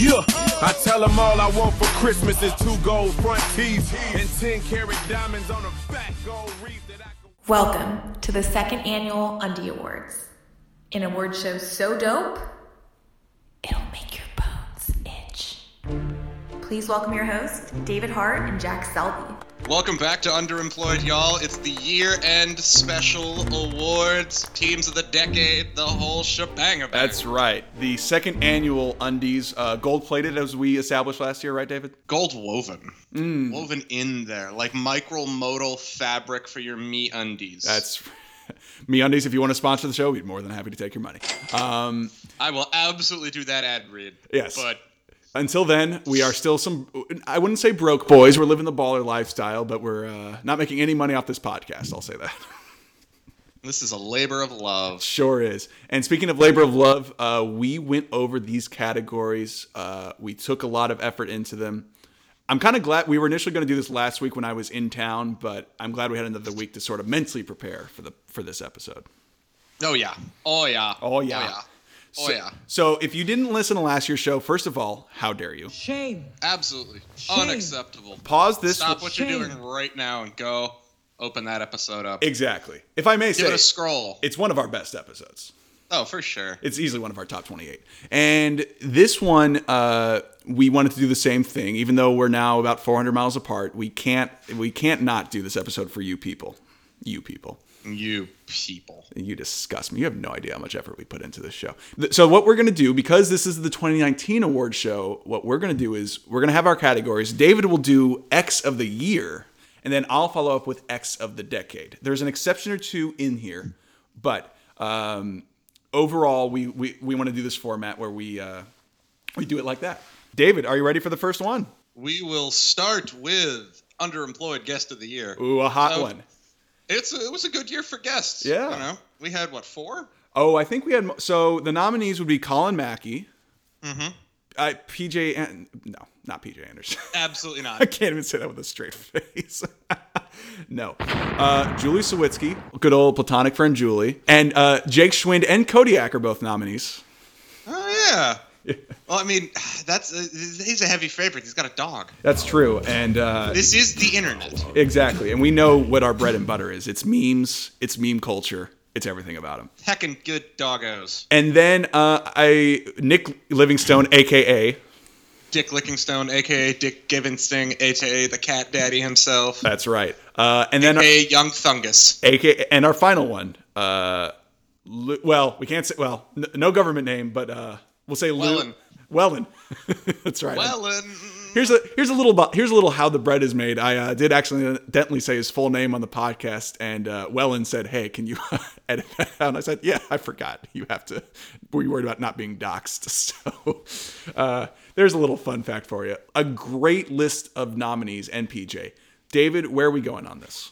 I tell them all I want for Christmas is two gold front teeth and 10 karat diamonds on a back gold reef that I can. Welcome to the second annual Undie Awards, an award show so dope, it'll make your bones itch. Please welcome your hosts, David Hart and Jack Selby. Welcome back to Underemployed, y'all. It's the year end special awards, teams of the decade, the whole shebang of That's right. The second annual Undies, uh, gold plated as we established last year, right, David? gold woven. Mm. Woven in there, like micromodal fabric for your me undies. That's me undies. If you want to sponsor the show, we'd be more than happy to take your money. Um, I will absolutely do that ad read. Yes. But until then, we are still some. I wouldn't say broke boys. We're living the baller lifestyle, but we're uh, not making any money off this podcast. I'll say that. this is a labor of love. Sure is. And speaking of labor of love, uh, we went over these categories. Uh, we took a lot of effort into them. I'm kind of glad we were initially going to do this last week when I was in town, but I'm glad we had another week to sort of mentally prepare for the for this episode. Oh yeah. Oh yeah. Oh Oh, yeah. yeah. Oh, so, yeah. So if you didn't listen to last year's show, first of all, how dare you? Shame. Absolutely. Shame. Unacceptable. Pause this. Stop what you're Shame. doing right now and go open that episode up. exactly. If I may Give say, it a scroll. it's one of our best episodes. oh, for sure. It's easily one of our top 28. And this one, uh, we wanted to do the same thing, even though we're now about 400 miles apart. We can't, we can't not do this episode for you people. You people. you people. You disgust me. You have no idea how much effort we put into this show. Th- So what we're going to do, because this is the 2019 award show, what we're going to do is we're going to have our categories. David will do X of the year, and then I'll follow up with X of the decade. There's an exception or two in here, but um, overall, we we, we want to do this format where we uh, we do it like that. David, are you ready for the first one? We will start with underemployed guest of the year. Ooh, a hot So- one. It's it was a good year for guests. Yeah. You know, we had what four? Oh, I think we had mo- so the nominees would be Colin Mackey. Mm-hmm. I PJ An- no, not PJ Anderson. Absolutely I not. can't even say that with a straight face. no, uh, Julie Sawitsky, good old platonic friend Julie, and uh, Jake Schwind and Kodiak are both nominees. oh yeah. Well, I mean, that's uh, he's a heavy favorite. He's got a dog. That's true, and uh, This is the internet. exactly, and we know what our bread and butter is. It's memes. It's meme culture. It's everything about them. Heckin' good doggos. And then uh, I Nick Livingstone, aka Dick Lickingstone, aka Dick Givensting, aka the Cat Daddy himself, that's right, uh, and then aka Young Thungus. AK, and our final one. Uh, Lu- well, we can't say. Well, n- no government name, but uh, we'll say Lu- Wellen. Wellen. That's right. Well, and Here's a here's a little bo- here's a little how the bread is made. I uh, did accidentally say his full name on the podcast, and uh, Wellen said, "Hey, can you edit that out?" And I said, "Yeah, I forgot. You have to. Were you worried about not being doxxed?" So uh, there's a little fun fact for you. A great list of nominees and PJ. David, where are we going on this?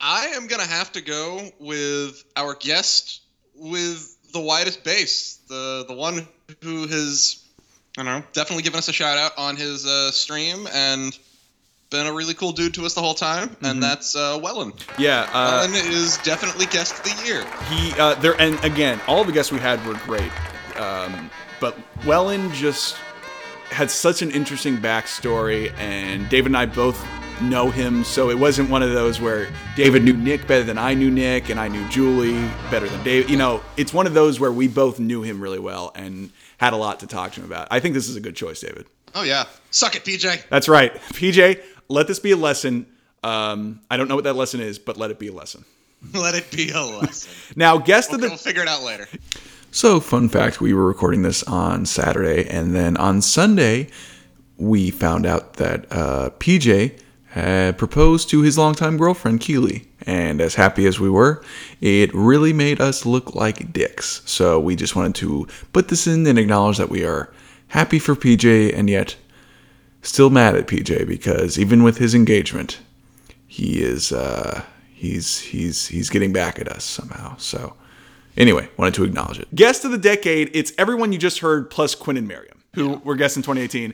I am gonna have to go with our guest with the widest base, the the one who has, I don't know, definitely given us a shout out on his uh, stream and been a really cool dude to us the whole time, and that's uh, Wellen. Yeah. Mm-hmm. Uh, Wellen is definitely guest of the year. He uh, there and again, all the guests we had were great, um, but Wellen just had such an interesting backstory, and David and I both know him, so it wasn't one of those where David knew Nick better than I knew Nick, and I knew Julie better than David. You know, it's one of those where we both knew him really well and had a lot to talk to him about. I think this is a good choice, David. Oh yeah, suck it, PJ. That's right, PJ. Let this be a lesson. Um, I don't know what that lesson is, but let it be a lesson. Let it be a lesson. Now, guest of the we'll figure it out later. So, fun fact we were recording this on Saturday, and then on Sunday, we found out that uh, PJ had proposed to his longtime girlfriend, Keely. And as happy as we were, it really made us look like dicks. So, we just wanted to put this in and acknowledge that we are happy for PJ and yet still mad at PJ because even with his engagement, he is uh, he's he's he's getting back at us somehow. So anyway, wanted to acknowledge it. Guest of the decade, it's everyone you just heard plus Quinn and Miriam, who were guests in 2018.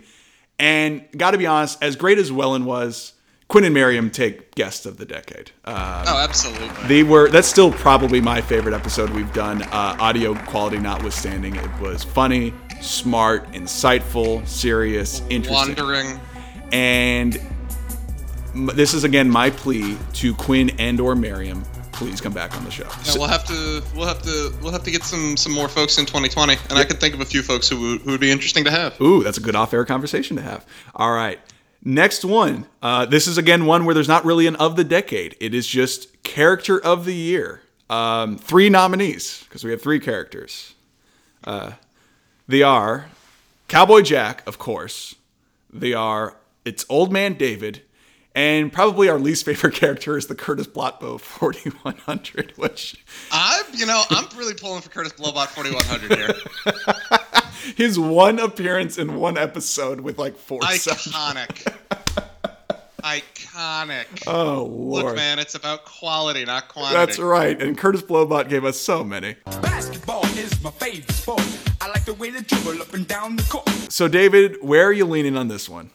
And got to be honest, as great as Wellen was, Quinn and Miriam take guest of the decade. Uh, Oh, absolutely. they were that's still probably my favorite episode we've done. Uh, audio quality notwithstanding, it was funny. smart, insightful, serious, interesting. Wandering. And m- this is again my plea to Quinn and or Miriam, please come back on the show. Yeah, we'll have to we'll have to we'll have to get some some more folks in 2020, and I can think of a few folks who would- who would be interesting to have. Ooh, that's a good off-air conversation to have. All right, next one. Uh, this is again one where there's not really an of the decade. It is just character of the year. Um, three nominees because we have three characters. Uh, they are Cowboy Jack, of course. They are it's Old Man David, and probably our least favorite character is the Curtis Blotbo 4100, which I'm you know I'm really pulling for Curtis Blowbot 4100 here. his one appearance in one episode with like four. subs. Iconic. Iconic. Oh lord. Look, man, it's about quality, not quantity. That's right. And Curtis Blowbot gave us so many. Basketball is my favorite sport. I like the way they dribble up and down the court. So, David, where are you leaning on this one?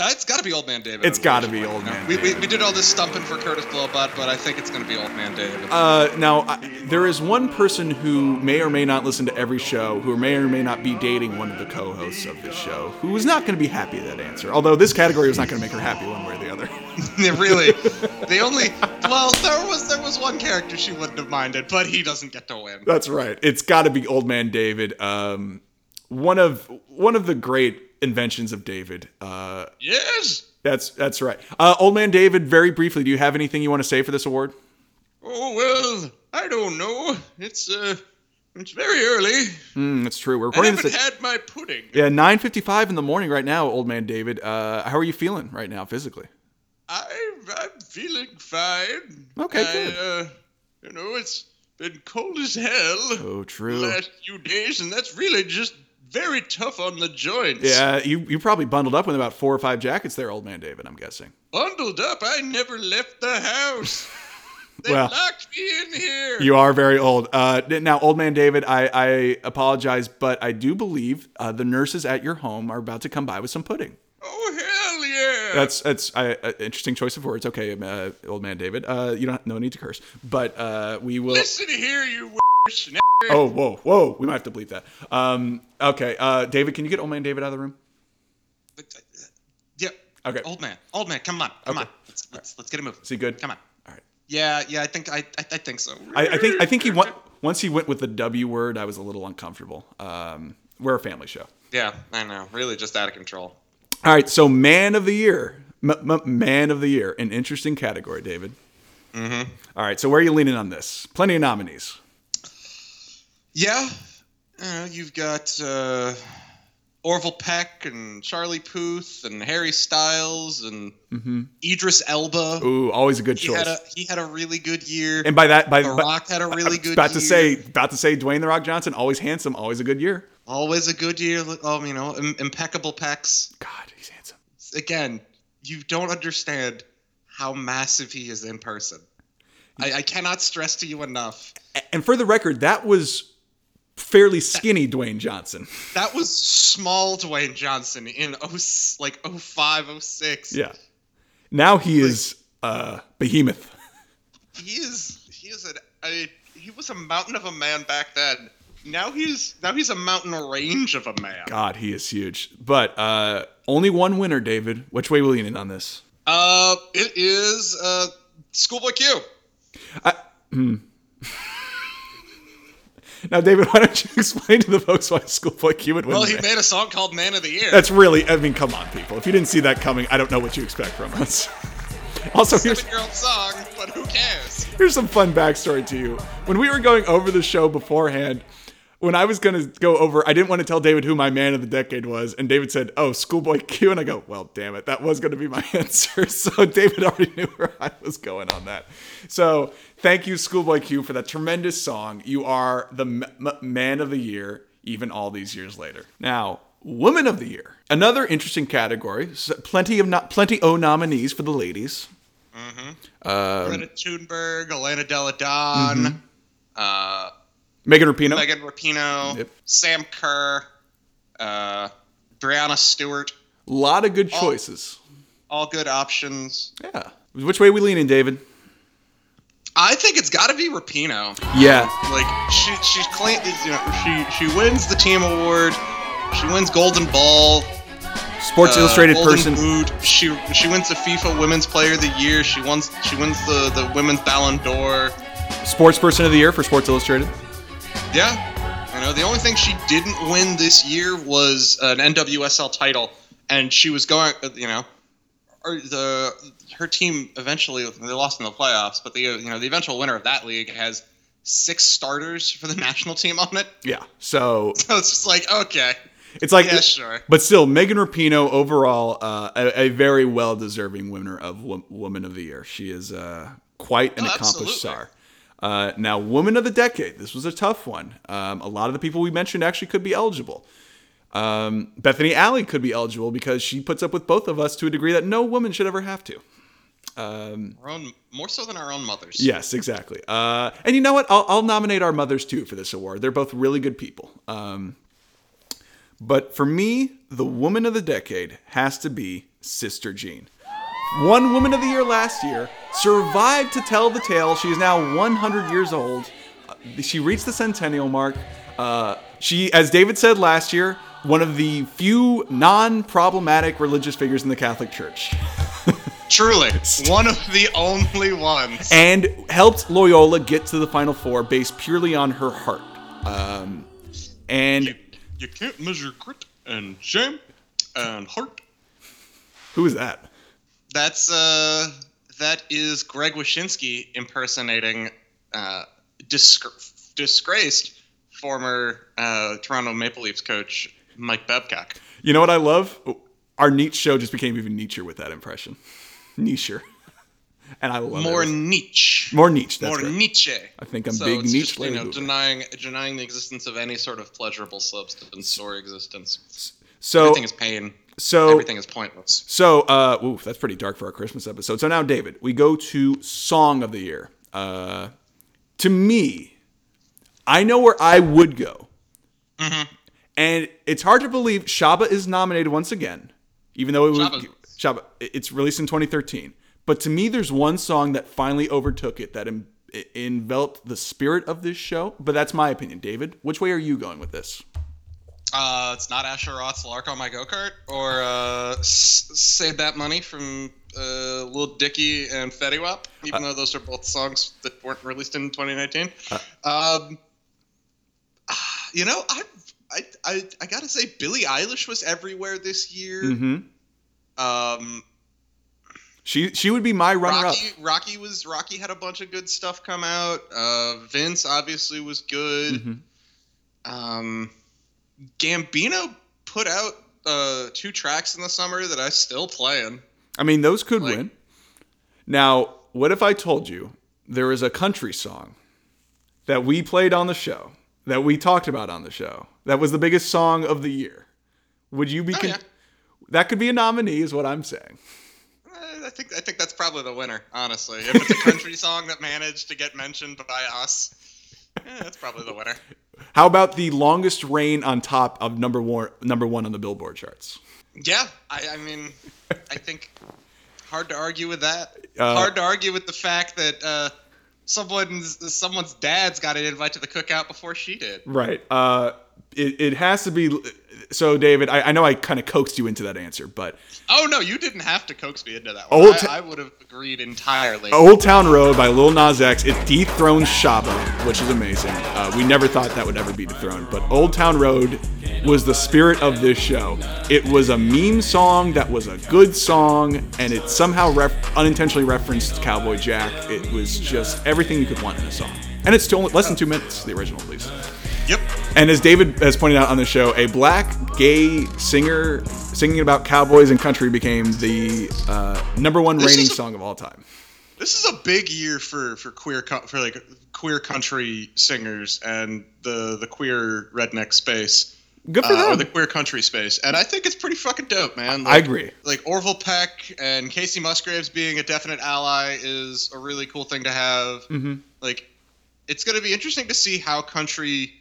Uh, it's got to be Old Man David. It's got to be Old Man. We, we, David. we did all this stumping for Curtis Blowbot, but I think it's going to be Old Man David. Uh, now, I, there is one person who may or may not listen to every show, who may or may not be dating one of the co hosts of this show, who is not going to be happy at that answer. Although this category was not going to make her happy one way or the other. Yeah, really, the only well, there was there was one character she wouldn't have minded, but he doesn't get to win. That's right. It's got to be Old Man David. Um, one of one of the great inventions of David. Uh, Yes. that's that's right. Uh, Old Man David. Very briefly, do you have anything you want to say for this award? Oh well, I don't know. It's uh, it's very early. Mm, that's true. We're I recording this. haven't at- had my pudding. Yeah, nine fifty-five in the morning right now, old man David. Uh, how are you feeling right now physically? I I'm feeling fine. Okay, I, good. Uh, you know, it's been cold as hell Oh, the true. last few days, and that's really just very tough on the joints. Yeah, you you probably bundled up with about four or five jackets there, old man David. I'm guessing. Bundled up, I never left the house. They Well, locked me in here. You are very old. Uh, now, old man David, I, I apologize, but I do believe uh, the nurses at your home are about to come by with some pudding. oh hell yeah! That's that's I- uh, interesting choice of words. Okay, um, uh, old man David, uh, you don't no need to curse, but uh, we will. Listen here, you. snap. Oh, whoa, whoa, we might have to bleep that. Um, okay, uh, David, can you get old man David out of the room? Yeah. Okay. Old man, old man, come on, come Okay. on. Let's let's, let's get a move. Is he good? Come on. All right. Yeah, yeah, I think I I, I think so. I, I think I think he went once he went with the W word. I was a little uncomfortable. Um, we're a family show. Yeah, I know. Really, just out of control. All right, so man of the year, M- m- man of the year, an interesting category, David. Mm-hmm. right, so where are you leaning on this? Plenty of nominees. Yeah. Uh, you've got uh, Orville Peck and Charlie Puth and Harry Styles and Idris Elba. Mm-hmm. Ooh, always a good he choice. had a he had a really good year. and by that, by the by- Rock had a really good About to year. say, about to say, Dwayne the Rock Johnson, always handsome, always a good year. always a good year. Look- Um, you know, im- impeccable packs. God, he's handsome. Again, you don't understand how massive he is in person. I, I cannot stress to you enough. A- And for the record, that was fairly skinny Dwayne Johnson. That was small Dwayne Johnson in 0, like 05, 06. Yeah. Now he is uh, behemoth. he is he is an, a he was a mountain of a man back then. Now he's now he's a mountain range of a man. God, he is huge. But uh, only one winner, David. Which way will you lean on this? Uh, it is uh Schoolboy Q. Now, David, why don't you explain to the folks why Schoolboy Q would win? Well, the he Emmy? made a song called Man of the Year. That's really, I mean, come on, people. If you didn't see that coming, I don't know what you expect from us. Also, a here's, seven-year-old song, but who cares? here's some fun backstory to you. When we were going over the show beforehand, when I was going to go over, I didn't want to tell David who my man of the decade was. And David said, Oh, Schoolboy Q. And I go, Well, damn it. That was going to be my answer. So David already knew where I was going on that. So thank you, Schoolboy Q, for that tremendous song. You are the m- m- man of the year, even all these years later. Now, Woman of the Year. Another interesting category. S- Plenty of no- plenty o nominees for the ladies. Um, Greta Thunberg, Elena Deladon, mm-hmm. uh, Megan Rapinoe. Megan Rapinoe, Yep. Sam Kerr, uh, Brianna Stewart. A lot of good choices. All good options. Yeah. Which way we leaning, David? I think it's got to be Rapinoe. Yeah. like she she's claimed you know she she wins the team award She wins Golden Ball. Sports uh, Illustrated Golden person. Boot. She she wins the FIFA Women's Player of the Year. She wins she wins the the Women's Ballon d'Or. Sports person of the year for Sports Illustrated. Yeah, you know the only thing she didn't win this year was an NWSL title, and she was going. uh, You know, or the her team eventually they lost in the playoffs, but the uh, you know the eventual winner of that league has six starters for the national team on it. Yeah. So So it's just like okay, It's like, Yeah, sure. but still, Megan Rapinoe overall uh, a, a very well deserving winner of Wo- Woman of the Year. She is uh, quite an Oh, absolutely. accomplished star. Uh, now, Woman of the Decade. This was a tough one. Um, a lot of the people we mentioned actually could be eligible. Um, Bethany Alley could be eligible because she puts up with both of us to a degree that no woman should ever have to. our own more so than our own mothers. Yes, exactly. Uh, and you know what? I'll, I'll nominate our mothers too for this award. They're both really good people. Um, but for me, the woman of the decade has to be Sister Jean. One woman of the year last year survived to tell the tale. She is now 100 years old. Uh, She reached the centennial mark. Uh, she, as David said last year, one of the few non-problematic religious figures in the Catholic Church. Truly, one of the only ones. and helped Loyola get to the Final Four based purely on her heart. Um, and you can't measure grit and shame and heart. who is that? That's uh, that is Greg Wyszynski impersonating uh, disc- disgraced former uh, Toronto Maple Leafs coach Mike Babcock. You know what I love? Our Nietzsche show just became even Nietzsche with that impression. Nietzsche. And I love More Oh, it. Nietzsche. More Nietzsche. That's More great. Nietzsche. I think I'm big it's just, Nietzsche you know, Lady Hoover. denying denying the existence of any sort of pleasurable substance or existence. So, Everything is pain. so Everything is pointless. So, uh, oof, that's pretty dark for our Christmas episode. So now, David, we go to song of the year. Uh, to me, I know where I would go, Mm-hmm. and it's hard to believe Shaba is nominated once again, even though it was Shabba. Shabba. It's released in 2013, but to me, there's one song that finally overtook it that em- enveloped the spirit of this show. But that's my opinion, David. Which way are you going with this? Uh, it's not Asher Roth's Lark on My Go Kart or uh, S- Save That Money from uh, Lil Dicky and Fetty Wap, Uh, even though those are both songs that weren't released in 2019. Uh, um, ah, you know, I, I, I, I gotta say, Billie Eilish was everywhere this year. Mm-hmm. Um, She she would be my runner up. Rocky, Rocky was Rocky had a bunch of good stuff come out. Uh, Vince obviously was good. Mm-hmm. Um, Gambino put out uh, two tracks in the summer that I'm still playing. I mean, those could Like- win. Now, what if I told you there is a country song that we played on the show, that we talked about on the show, that was the biggest song of the year? Would you be. con- Oh, yeah. That could be a nominee, is what I'm saying. Eh, I think I think that's probably the winner, honestly. If it's a country song that managed to get mentioned by us, eh, that's probably the winner. How about the longest reign on top of number one, number one on the Billboard charts? Yeah, I, I mean, I think hard to argue with that. hard to argue with the fact that uh, someone's someone's dad's got an invite to the cookout before she did. Right. Uh, it, it has to be. So, David, I, I know I kind of coaxed you into that answer, but Oh no, you didn't have to coax me into that. Old One. ta- I, I would have agreed entirely. Old Town Road by Lil Nas X. It dethroned Shaba, which is amazing. Uh, we never thought that would ever be dethroned, but Old Town Road was the spirit of this show. It was a meme song that was a good song, and it somehow ref- unintentionally referenced Cowboy Jack. It was just everything you could want in a song. And it's still less than two minutes, the original, please. Yep. And as David has pointed out on the show, a black gay singer singing about cowboys and country became the uh, number one This reigning is a- song of all time. This is a big year for for queer co- for like queer country singers and the the queer redneck space. Good for uh, them. or the queer country space, and I think it's pretty fucking dope, man. I agree. Like Orville Peck and Casey Musgraves being a definite ally is a really cool thing to have. Mm-hmm. Like, it's going to be interesting to see how country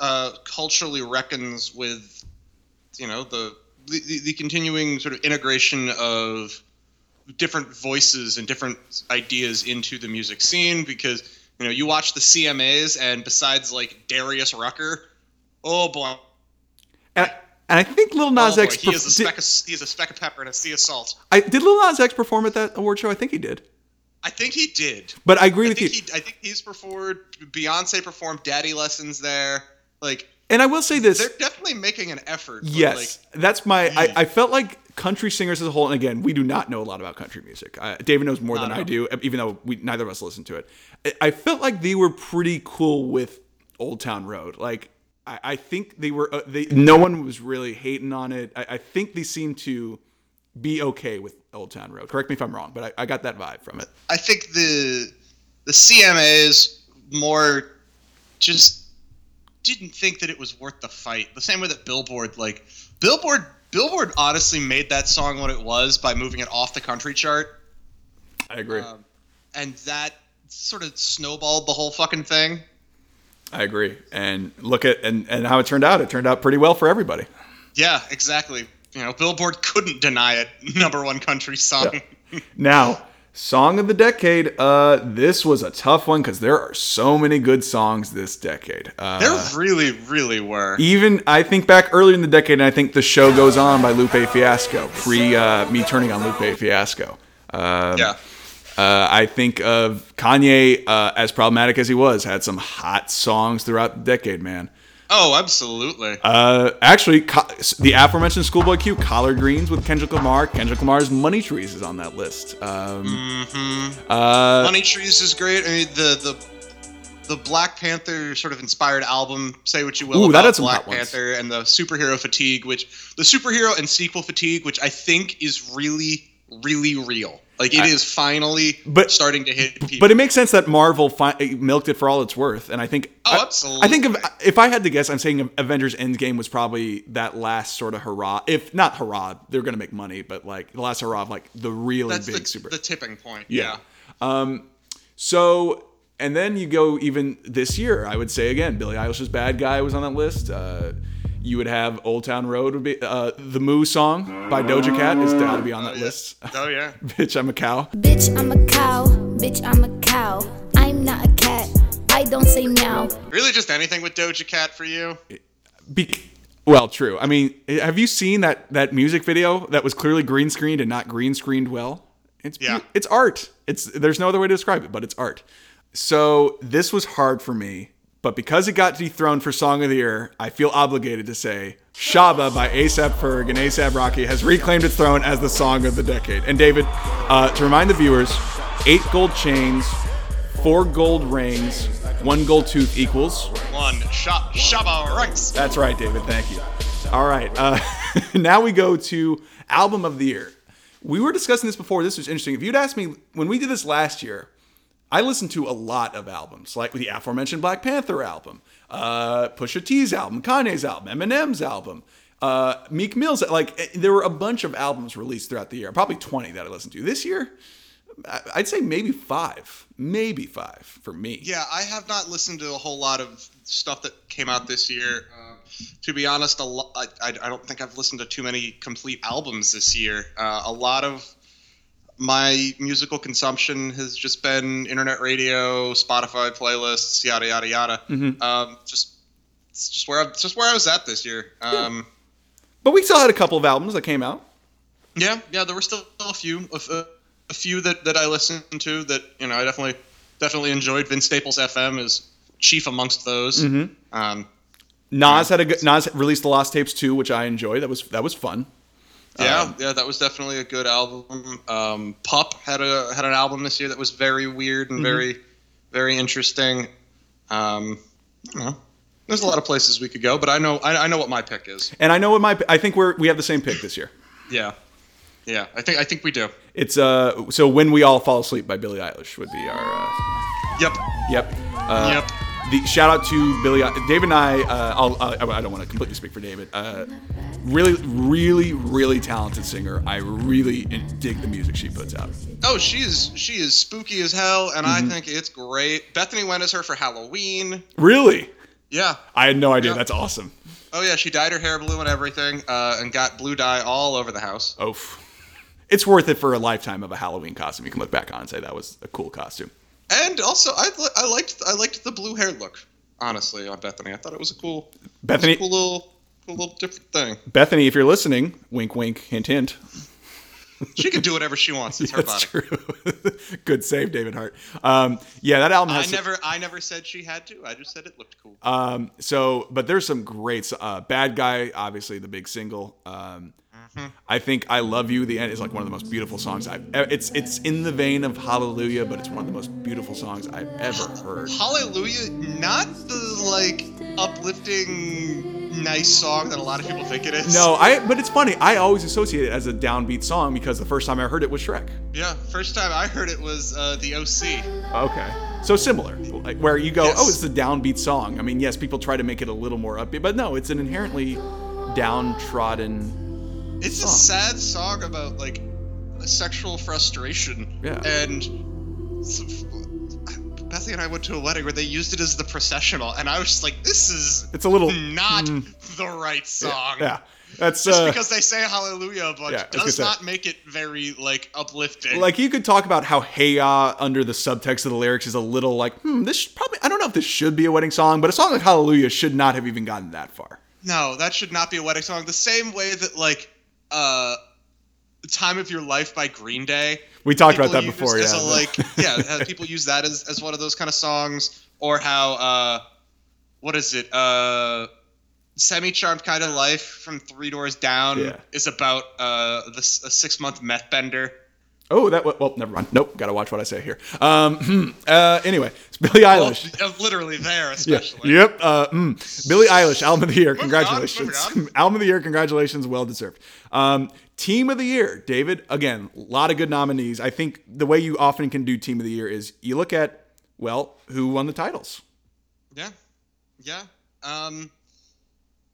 uh, culturally reckons with, you know, the, the the continuing sort of integration of different voices and different ideas into the music scene because you know you watch the CMAs and besides like Darius Rucker, oh boy, And, and I think Lil Nas oh boy, X. he is a speck perf- did, of, he is a speck of pepper and a sea of salt. I, did Lil Nas X perform at that award show? I think he did. I think he did. But I agree I with you. think, he, I think he's performed. Beyonce performed Daddy Lessons there. Like and I will say this. they're hmm. definitely making an effort. but, Yes, like, that's my. I, I felt like country singers as a whole, and again, we do not know a lot about country music. Uh, David knows more than I do, even though we neither of us listen to it. I, I felt like they were pretty cool with Old Town Road. Like, I, I think they were. Uh, they no one was really hating on it. I, I think they seemed to be okay with Old Town Road. Correct me if I'm wrong, but I, I got that vibe from it. I think the the CMAs more just didn't think that it was worth the fight. The same way that Billboard, like Billboard, Billboard honestly made that song what it was by moving it off the country chart, I agree. Um, and that sort of snowballed the whole fucking thing. I agree. And look at and and how it turned out. It turned out pretty well for everybody. Yeah, exactly. You know, Billboard couldn't deny it. Number one country song. Now, song of the decade. Uh, this was a tough one because there are so many good songs this decade. Uh, There really, really were. even I think back earlier in the decade, and I think "The Show Goes On" by Lupe Fiasco, pre uh, me turning on Lupe Fiasco. Um, yeah. uh, I think of Kanye, uh, as problematic as he was, had some hot songs throughout the decade, man. Oh, absolutely. Uh, actually, co- the aforementioned Schoolboy Q, Collard Greens with Kendrick Lamar. Kendrick Lamar's Money Trees is on that list. Um, Money Trees is great. I mean, the the the Black Panther sort of inspired album. Say what you will Ooh, that about had some Black hot ones. Panther and the superhero fatigue, which the superhero and sequel fatigue, which I think is really, really real. Like it is finally But- starting to hit people. But it makes sense that Marvel fi- eh, milked it for all it's worth, and I think Oh, I- absolutely. I, think if, if I had to guess, I'm saying Avengers Endgame was probably that last sort of hurrah. If not hurrah, they're gonna make money, but like the last hurrah of like the really that's big the, super. the tipping point. Yeah. Um, Yeah. so and then you go even this year, I would say again, Billie Eilish's "Bad Guy" was on that list. Uh, you would have "Old Town Road" would be uh, the Moo song by Doja Cat is down to be on that list. Oh yeah. Bitch, I'm a cow. Bitch, I'm a cow. Bitch, I'm a cow. I'm not a cat. I don't say meow. Really, just anything with Doja Cat for you. Be- well, true. I mean, eh, have you seen that that music video that was clearly green screened and not green screened well? It's Yeah. it's art. It's there's no other way to describe it, but it's art. So this was hard for me, but because it got dethroned for Song of the Year, I feel obligated to say Shaba by ASAP Ferg and ASAP Rocky has reclaimed its throne as the song of the decade. And David, uh, to remind the viewers, eight gold chains, four gold rings, one gold tooth equals One shot. Shabba Rex. that's right, David. Thank you. All right. Uh, now we go to album of the year. We were discussing this before. This was interesting. If you'd asked me when we did this last year, I listened to a lot of albums, like the aforementioned Black Panther album, uh, Pusha T's album, Kanye's album, Eminem's album, uh, Meek Mill's. Like eh, there were a bunch of albums released throughout the year, probably twenty that I listened to. This year, I- I'd say maybe five, maybe five for me. Yeah, I have not listened to a whole lot of stuff that came out this year. Um, to be honest, a lo- I, I I don't think I've listened to too many complete albums this year. Uh, a lot of my musical consumption has just been internet radio, Spotify playlists, yada yada yada. Um, just it's just where I, it's just where I was at this year. Um, But we still had a couple of albums that came out. yeah, yeah, there were still a few, a, f- a few that, that I listened to that you know I definitely definitely enjoyed. Vince Staples FM is chief amongst those. Um, Nas had a good, Nas released the Lost Tapes too, which I enjoy. That was that was fun. yeah, yeah, that was definitely a good album. Um, Pup had a had an album this year that was very weird and very very interesting. Um, I don't know. There's a lot of places we could go, but I know I, I know what my pick is. And I know what my I think we're we have the same pick this year. Yeah, yeah, I think I think we do. It's uh so when we all fall asleep by Billie Eilish would be our uh, Yep, yep. Uh, yep. The shout out to Billy, David and I. Uh, I'll, I, I don't want to completely speak for David. Uh, really, really, really talented singer. I really dig the music she puts out. Oh, she is she is spooky as hell, and Mm-hmm. I think it's great. Bethany went as her for Halloween. Really, Yeah. I had no idea. Yeah. That's awesome. Oh yeah, she dyed her hair blue and everything, uh, and got blue dye all over the house. Oof. It's worth it for a lifetime of a Halloween costume. You can look back on and say that was a cool costume. And also, I, li- I liked I liked the blue hair look. Honestly, on Bethany, I thought it was a cool, it was Bethany- a cool little a little different thing. Bethany, if you're listening, wink, wink, hint, hint. She can do whatever she wants. It's her body. true. Good save, David Hart. Um, yeah, that album I has. never, I never said she had to. I just said it looked cool. um, so, but there's some great. Uh, Bad Guy, obviously the big single. Um, Mm-hmm. I think I Love You. The end is like one of the most beautiful songs I've. e- It's it's in the vein of Hallelujah, but it's one of the most beautiful songs I've ever heard. Hallelujah, not the like uplifting, nice song that a lot of people think it is. No, I. But it's funny. I always associate it as a downbeat song because the first time I heard it was Shrek. Yeah, first time I heard it was uh, the OC. Okay. So similar, like where you go, Yes. oh, it's a downbeat song. I mean, yes, people try to make it a little more upbeat, but no, it's an inherently downtrodden. It's a Song. sad song about like sexual frustration. Yeah. And some- Bethany and I went to a wedding where they used it as the processional, and I was just like, "This is It's a little mm. not the right song." Yeah, that's Just uh, because they say hallelujah a bunch yeah, I was gonna does say. not make it very like uplifting. like you could talk about how "Hey Ya" under the subtext of the lyrics is a little like, hmm, this should probably I don't know if this should be a wedding song, but a song like "Hallelujah" should not have even gotten that far. No, that should not be a wedding song. The same way that like uh Time of Your Life by Green Day. We talked about people that use before, as yeah. a, like yeah, how people use that as, as one of those kind of songs or how uh what is it? Uh Semi-charmed kind of life from Three Doors Down Yeah. is about uh the s- a six-month meth bender. Oh, that wa- well, never mind. Nope, gotta watch what I say here. Um, hmm, uh, anyway, it's Billie Eilish. Well, literally there, Yeah. especially. Yep. Uh, mm. Billie Eilish, album of the year. Moving on, Congratulations. moving album of the year. Congratulations. Well deserved. Um, team of the year, David. Again, a lot of good nominees. I think the way you often can do team of the year is you look at well who won the titles. Yeah, yeah. Um,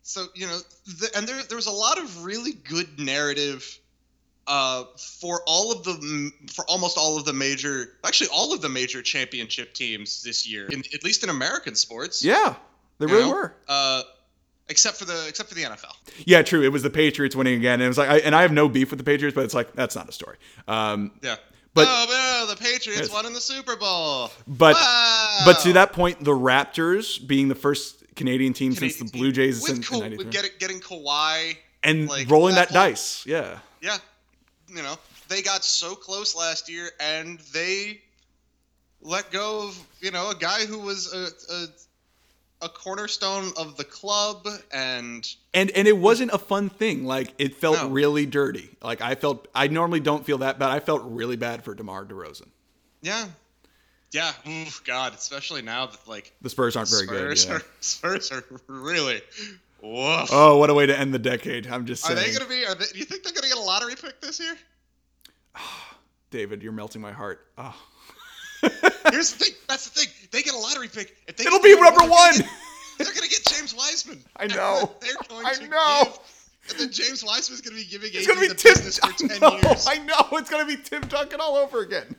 so you know, the, and there there was a lot of really good narrative uh, for all of the m- for almost all of the major, actually all of the major championship teams this year, in, at least in American sports. Yeah, there you really know? were. Uh, except for the except for the NFL. Yeah, true. It was the Patriots winning again, and it was like, I, and I have no beef with the Patriots, but it's like that's not a story. Um, Yeah. But- oh no, the Patriots Yes. won in the Super Bowl. but Wow. but to that point, the Raptors being the first Canadian team Canadian since the team. Blue Jays with in, Ka- in 93. getting, getting Kawhi and like, rolling that, that whole- dice. Yeah. Yeah. You know, they got so close last year and they let go of, you know, a guy who was a, a, a cornerstone of the club and and and it wasn't a fun thing. Like it felt No. really dirty. Like I felt I normally don't feel that bad. I felt really bad for DeMar DeRozan. yeah. Yeah, oof, God, especially now that like The Spurs aren't very Spurs, good. yeah. are, Spurs are really woof. Oh, what a way to end the decade! I'm just are saying, they gonna be? Are they, do you think they're gonna get a lottery pick this year? David, you're melting my heart. Oh. Here's the thing. That's the thing. They get a lottery pick. If they It'll get be Damian number Lillard, they're one. gonna get- They're gonna get James Wiseman. I know. And they're going I to know. Give, and then James Wiseman's gonna be giving It's AD gonna be the Tim. business I for ten know, years. I know. It's gonna be Tim Duncan all over again.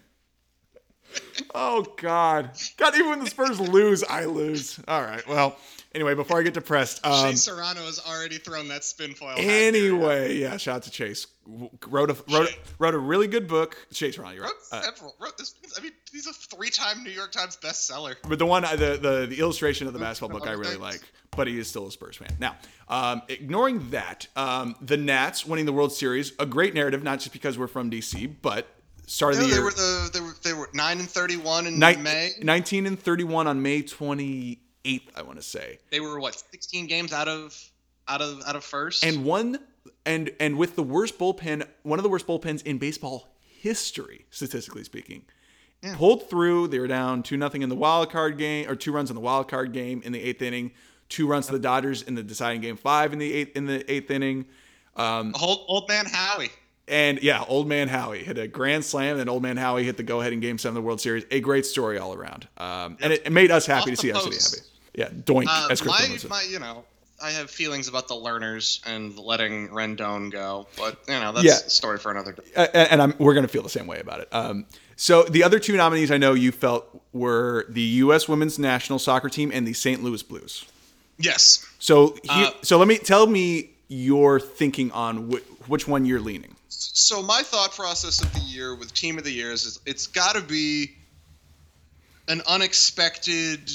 Oh God, God! Even when the Spurs lose, I lose. All right. Well, anyway, before I get depressed, um, Shea Serrano has already thrown that spin foil. hat. Anyway, yeah, shout out to Chase. W- Wrote a wrote, Chase. a- wrote a really good book. Chase Ron, you're right. Wrote Uh, several. Wrote this. I mean, he's a three-time New York Times bestseller. but the one, I- the, the the illustration of the basketball book, I really like. Thanks. But he is still a Spurs fan. Now, um, ignoring that, um, the Nats winning the World Series, a great narrative, not just because we're from DC, but start of No, the they year, were the they were they were nine and thirty-one in ni- May. 19 and 31 on May 28th, I want to say, They were what sixteen games out of out of out of first. and one and and with the worst bullpen, one of the worst bullpens in baseball history, statistically speaking. pulled through. They were down two nothing in the wild card game, or two runs in the wild card game in the eighth inning, two runs to the Dodgers in the deciding game five in the eighth in the eighth inning. old old man Howie. And yeah, Old Man Howie hit a grand slam, and Old Man Howie hit the go ahead in Game Seven of the World Series. A great story all around, um, and it, it made us happy Off to the see our city post. happy. Yeah, doink. Uh, as Chris Tomlin my, said. my, you know, I have feelings about the learners and letting Rendon go, but you know, that's Yeah. a story for another day. Uh, and I'm, we're going to feel the same way about it. Um, so the other two nominees I know you felt were the U.S. Women's National Soccer Team and the St. Louis Blues. Yes. So, he, Uh, so let me tell me your thinking on wh- which one you're leaning. So my thought process of the year with Team of the Years is it's got to be an unexpected,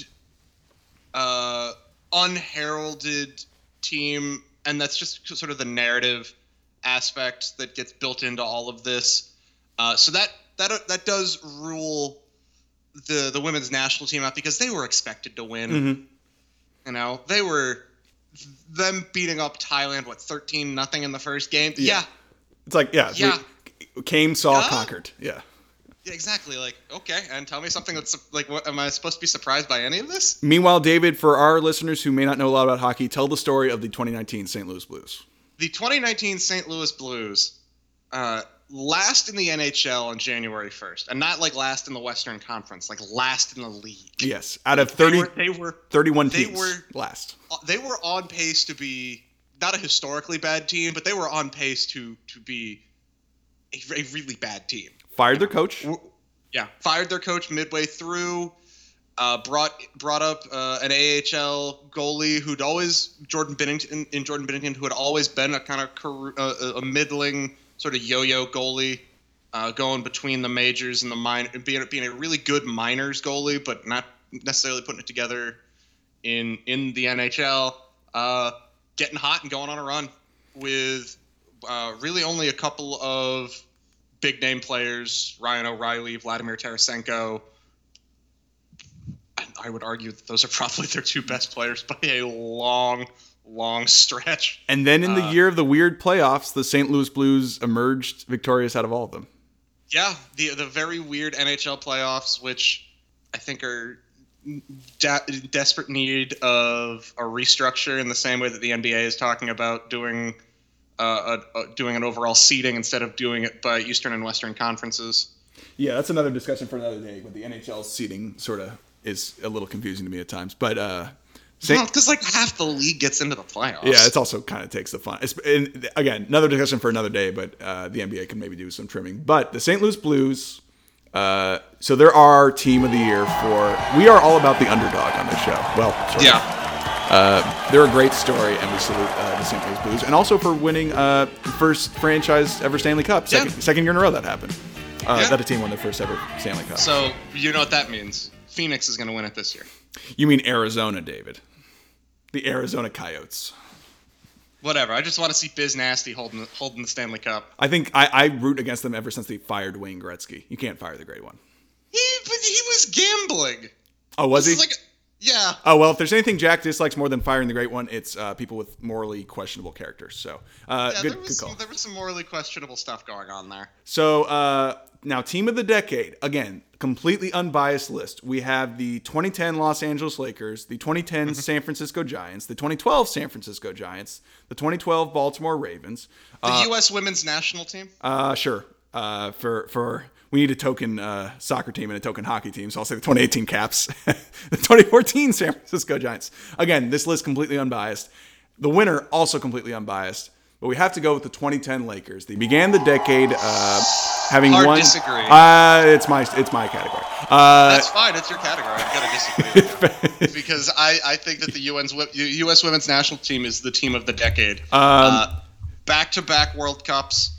uh, unheralded team and that's just sort of the narrative aspect that gets built into all of this. Uh, so that that that does rule the the women's national team out because they were expected to win. You know, they were them beating up Thailand what thirteen nothing in the first game. Yeah. yeah, It's like yeah, Yeah. we came, saw, Huh? conquered. Yeah. Yeah, exactly. Like, okay, and tell me something that's like, what am I supposed to be surprised by any of this? Meanwhile, David, for our listeners who may not know a lot about hockey, tell the story of the 2019 St. Louis Blues. The 2019 St. Louis Blues, uh, last in the NHL on January 1st, and not like last in the Western Conference, like last in the league. Yes, out of They 30, were- they were 31 they teams were- last. they were on pace to be not a historically bad team, but they were on pace to to be a, a really bad team. Fired their coach. w- yeah, fired their coach midway through. Uh, brought brought up uh, an AHL goalie who'd always Jordan Bennington in Jordan Bennington who had always been a kind of car- uh, a middling sort of yo-yo goalie, uh, going between the majors and the minor, being being a really good minors goalie, but not necessarily putting it together in in the NHL. Uh, getting hot and going on a run with uh, really only a couple of big name players Ryan O'Reilly, Vladimir Tarasenko. And I would argue that those are probably their two best players by a long, long stretch. And then in the year of the weird playoffs, the St. Louis Blues emerged victorious out of all of them. Yeah, the the very weird NHL playoffs, which I think are de- in desperate need of a restructure in the same way that the NBA is talking about doing uh, a, a, doing an overall seeding instead of doing it by Eastern and Western conferences. Yeah, that's another discussion for another day. But the NHL seating sort of is a little confusing to me at times. But uh, St. because like half the league gets into the playoffs. Yeah, it's also kind of takes the fun. It's, and again, another discussion for another day, but uh, the NBA can maybe do some trimming. But the St. Louis Blues, uh, so they're our team of the year for. We are all about the underdog on this show. Well, sort of. yeah. They're a great story, and we salute uh, the St. Louis Blues. And also for winning uh, first franchise ever Stanley Cup. Second, Yeah. second year in a row that happened. Uh, Yeah. That a team won their first ever Stanley Cup. So you know what that means. Phoenix is going to win it this year. you mean Arizona, David? The Arizona Coyotes. Whatever. I just want to see Biz Nasty holding holding the Stanley Cup. I think I, I root against them ever since they fired Wayne Gretzky. You can't fire the great one. He but he was gambling. Oh, was This he? is like yeah. oh well, if there's anything Jack dislikes more than firing the great one, it's uh, people with morally questionable characters. So uh, Yeah, good, there, good was call. some, there was some morally questionable stuff going on there. So uh, now, team of the decade. Again, completely unbiased list. We have the 2010 Los Angeles Lakers, the 2010 San Francisco Giants, the 2012 San Francisco Giants, the 2012 Baltimore Ravens. The U.S. women's national team. Uh, sure. Uh, for for we need a token uh, soccer team and a token hockey team, so I'll say the 2018 Caps, the 2014 San Francisco Giants. Again, this list completely unbiased. The winner also completely unbiased, but we have to go with the 2010 Lakers. They began the decade uh, having Hard one. disagree. Uh, it's my it's my category. Uh, That's fine. It's your category. I'm gonna disagree with you. because I, I think that the UN's wo- U- U.S. women's national team is the team of the decade. Um, Back to back World Cups.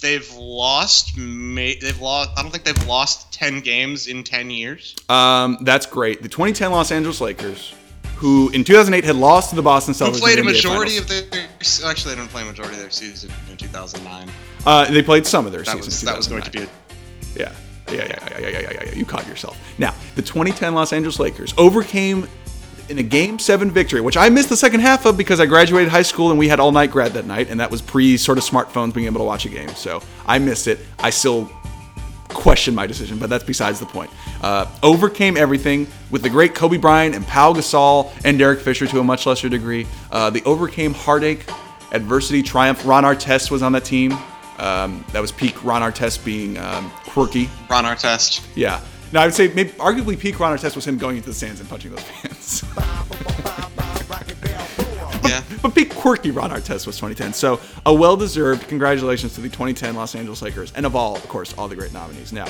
They've lost. ma- They've lost. I don't think they've lost ten games in ten years. um, that's great. The 2010 Los Angeles Lakers, who in 2008 had lost to the Boston Celtics, Who played a in the NBA majority Finals. of their? Actually, they didn't play a majority of their season in 2009. Uh, they played some of their That season. was that was going to be. A, Yeah. Yeah, yeah, yeah, yeah, yeah, yeah, yeah, yeah. You caught yourself. Now, the 2010 Los Angeles Lakers overcame in a Game 7 victory, which I missed the second half of because I graduated high school and we had all night grad that night, and that was pre sort of smartphones being able to watch a game. So I missed it. I still question my decision, but that's besides the point. Uh, overcame everything with the great Kobe Bryant and Pau Gasol and Derek Fisher to a much lesser degree. Uh, they overcame heartache, adversity, triumph. Ron Artest was on that team. Um, that was peak Ron Artest being um, quirky. Ron Artest. Yeah. Now I would say maybe arguably peak Ron Artest was him going into the stands and punching those fans. Yeah. but peak quirky Ron Artest was 2010. So a well-deserved congratulations to the 2010 Los Angeles Lakers and of all, of course, all the great nominees. Now,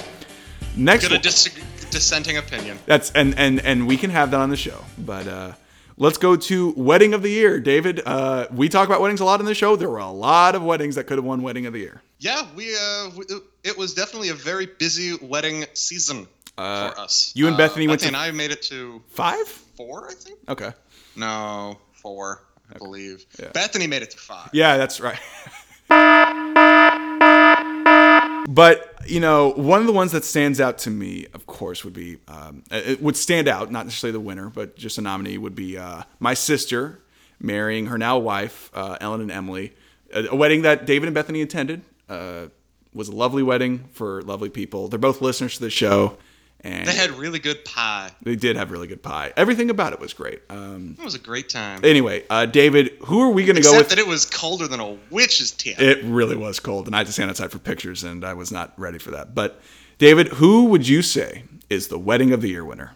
next Got a one- dis- dissenting opinion. That's and and and we can have that on the show. But uh let's go to wedding of the year, David. Uh we talk about weddings a lot on the show. There were a lot of weddings that could have won wedding of the year. Yeah, we. Uh, we it was definitely a very busy wedding season for us. you and Uh, Bethany went to- and I made it to Five? four, I think. Okay. No, four. I believe. Bethany made it to five. Yeah, that's right. but you know, one of the ones that stands out to me, of course, would be um, it would stand out, not necessarily the winner, but just a nominee would be uh, my sister marrying her now wife, uh, Ellen and Emily, a, a wedding that David and Bethany attended. Uh, was a lovely wedding for lovely people. They're both listeners to the show, and They had really good pie. they did have really good pie. Everything about it was great. Um, It was a great time. anyway, uh, David, who are we going to go Except with? that it was colder than a witch's tip. It really was cold, and I had to stand outside for pictures, and I was not ready for that. But David, who would you say is the wedding of the year winner?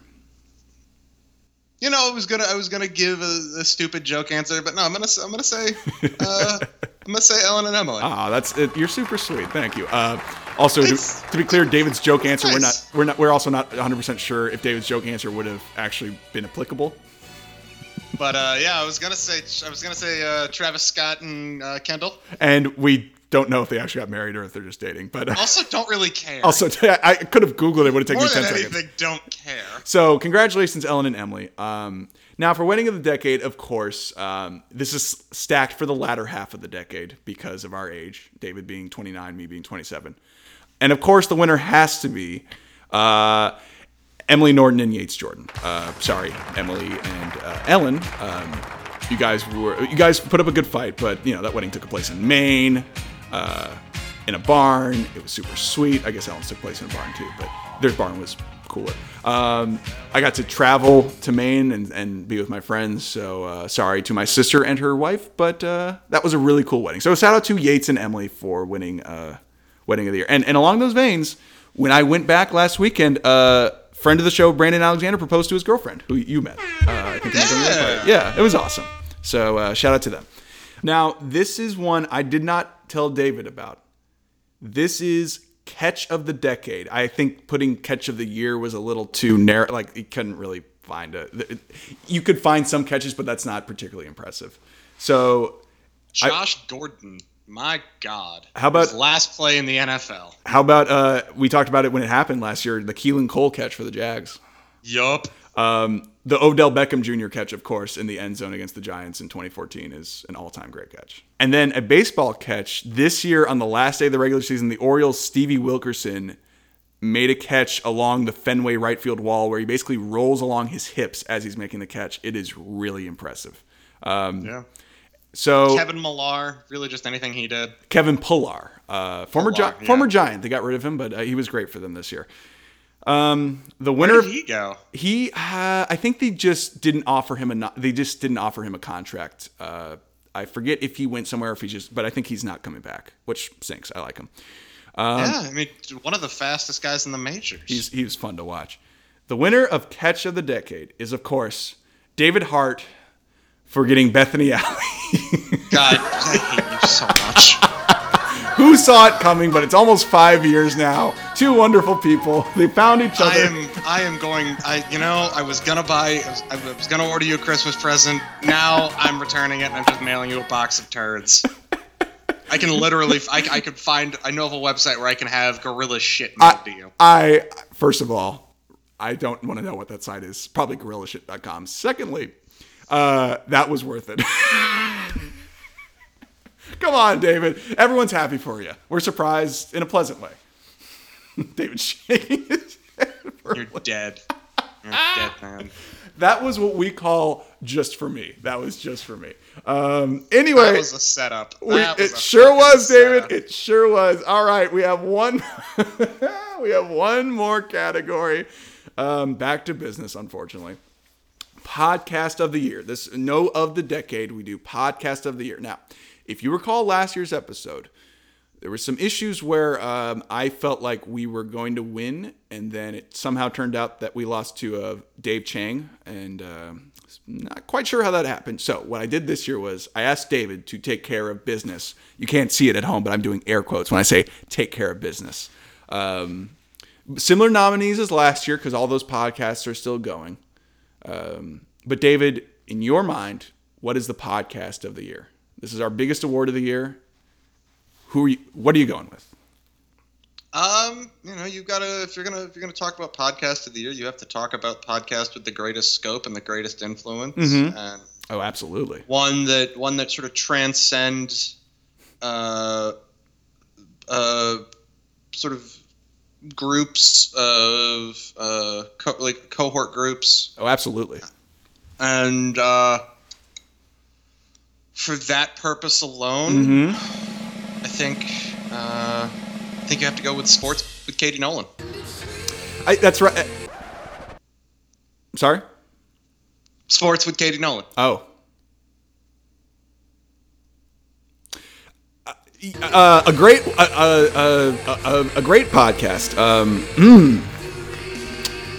you know, I was gonna, I was gonna give a, a stupid joke answer, but no, I'm gonna, s- I'm gonna say, uh, I'm gonna say Ellen and Emily. Ah, that's it. you're super sweet. Thank you. Uh, also, to, It's- to be clear, David's joke answer we're not nice. we're not we're also not 100 percent sure if David's joke answer would have actually been applicable. But uh, yeah, I was gonna say, I was gonna say uh, Travis Scott and uh, Kendall. And we don't know if they actually got married or if they're just dating. But uh, Also, don't really care. also, I could have googled it. Would have taken more me 10 than seconds. anything, don't care. So, congratulations, Ellen and Emily. Um, now, for Wedding of the Decade, of course, um, this is stacked for the latter half of the decade because of our age, David being 29, me being 27. And of course, the winner has to be uh, Emily Norton and Yates Jordan. Uh, sorry, Emily and uh, Ellen. Um, you guys were you guys put up a good fight, but you know that wedding took place in Maine, uh, in a barn. It was super sweet. I guess Ellen's took place in a barn too, but their barn was cooler. Um, I got to travel to Maine and, and be with my friends. So uh, sorry to my sister and her wife, but uh, that was a really cool wedding. So shout out to Yates and Emily for winning uh, wedding of the year. And and along those veins, when I went back last weekend, uh, friend of the show Brandon Alexander proposed to his girlfriend, who you met. Uh, I think he was on the Yeah. invite. yeah, it was awesome. So uh, shout out to them. Now this is one I did not tell David about. This is catch of the decade. I think putting catch of the year was a little too narrow. Like you couldn't really find a. th- You could find some catches, but that's not particularly impressive. So Josh Gordon, my God. How about- His last play in the NFL? how about uh, we talked about it when it happened last year? The Keelan Cole catch for the Jags. Yup. the Odell Beckham Jr. catch, of course, in the end zone against the Giants in 2014 is an all time great catch. And then a baseball catch this year on the last day of the regular season, the Orioles' Stevie Wilkerson made a catch along the Fenway right field wall where he basically rolls along his hips as he's making the catch. It is really impressive. Um, Yeah. So Kevin, Kevin Millar, really just anything he did. Pillar, uh, former Gi- Pillar, yeah. former Giant, they got rid of him, but uh, he was great for them this year. Um, the winner Where of did he go? he uh, i think they just didn't offer him a no- they just didn't offer him a contract uh, i forget if he went somewhere if he just but i think he's not coming back which sinks i like him yeah, I mean, one of the fastest guys in the majors. Um, he's he was fun to watch the winner of catch of the decade is of course david hart for getting bethany alley God, I hate you so much. who saw it coming but it's almost five years now two wonderful people they found each other I am, I am going. I, you know, I was gonna buy, I was, I was gonna order you a Christmas present. Now I'm returning it, and I'm just mailing you a box of turds. I can literally, I, I could find, I know of a website where I can have gorilla shit mailed to you. I first of all, I don't want to know what that site is. Probably gorillashit.com. Secondly, uh, that was worth it. Come on, David. Everyone's happy for you. We're surprised in a pleasant way. David shaking his head. for- You're dead. You're dead, man. That was what we call just for me. That was just for me. Um, anyway, That was a setup. We- That was it a sure fucking was, David. setup. It sure was. All right, we have one. we have one more category. Um, back to business, unfortunately. Podcast of the year. This no of the decade. We do podcast of the year. Now, if you recall last year's episode, there were some issues where um, I felt like we were going to win, and then it somehow turned out that we lost to uh, Dave Chang, and um not quite sure how that happened. So what I did this year was I asked David to take care of business. You can't see it at home, but I'm doing air quotes when I say take care of business. Um, similar nominees as last year because all those podcasts are still going. Um, but David, in your mind, what is the podcast of the year? This is our biggest award of the year. Who are you? What are you going with? Um, you know, you've got to if you're gonna if you're gonna talk about podcast of the year, you have to talk about podcast with the greatest scope and the greatest influence. And Oh, absolutely. one that one that sort of transcends uh, uh, sort of groups of uh, co- like cohort groups Oh, absolutely. and uh, for that purpose alone Mm-hmm. i think uh, i think you have to go with sports with katie nolan I, that's right. Sorry. sports with katie nolan Oh. Uh, a great, uh, uh, uh, a, a great podcast. Um, mm.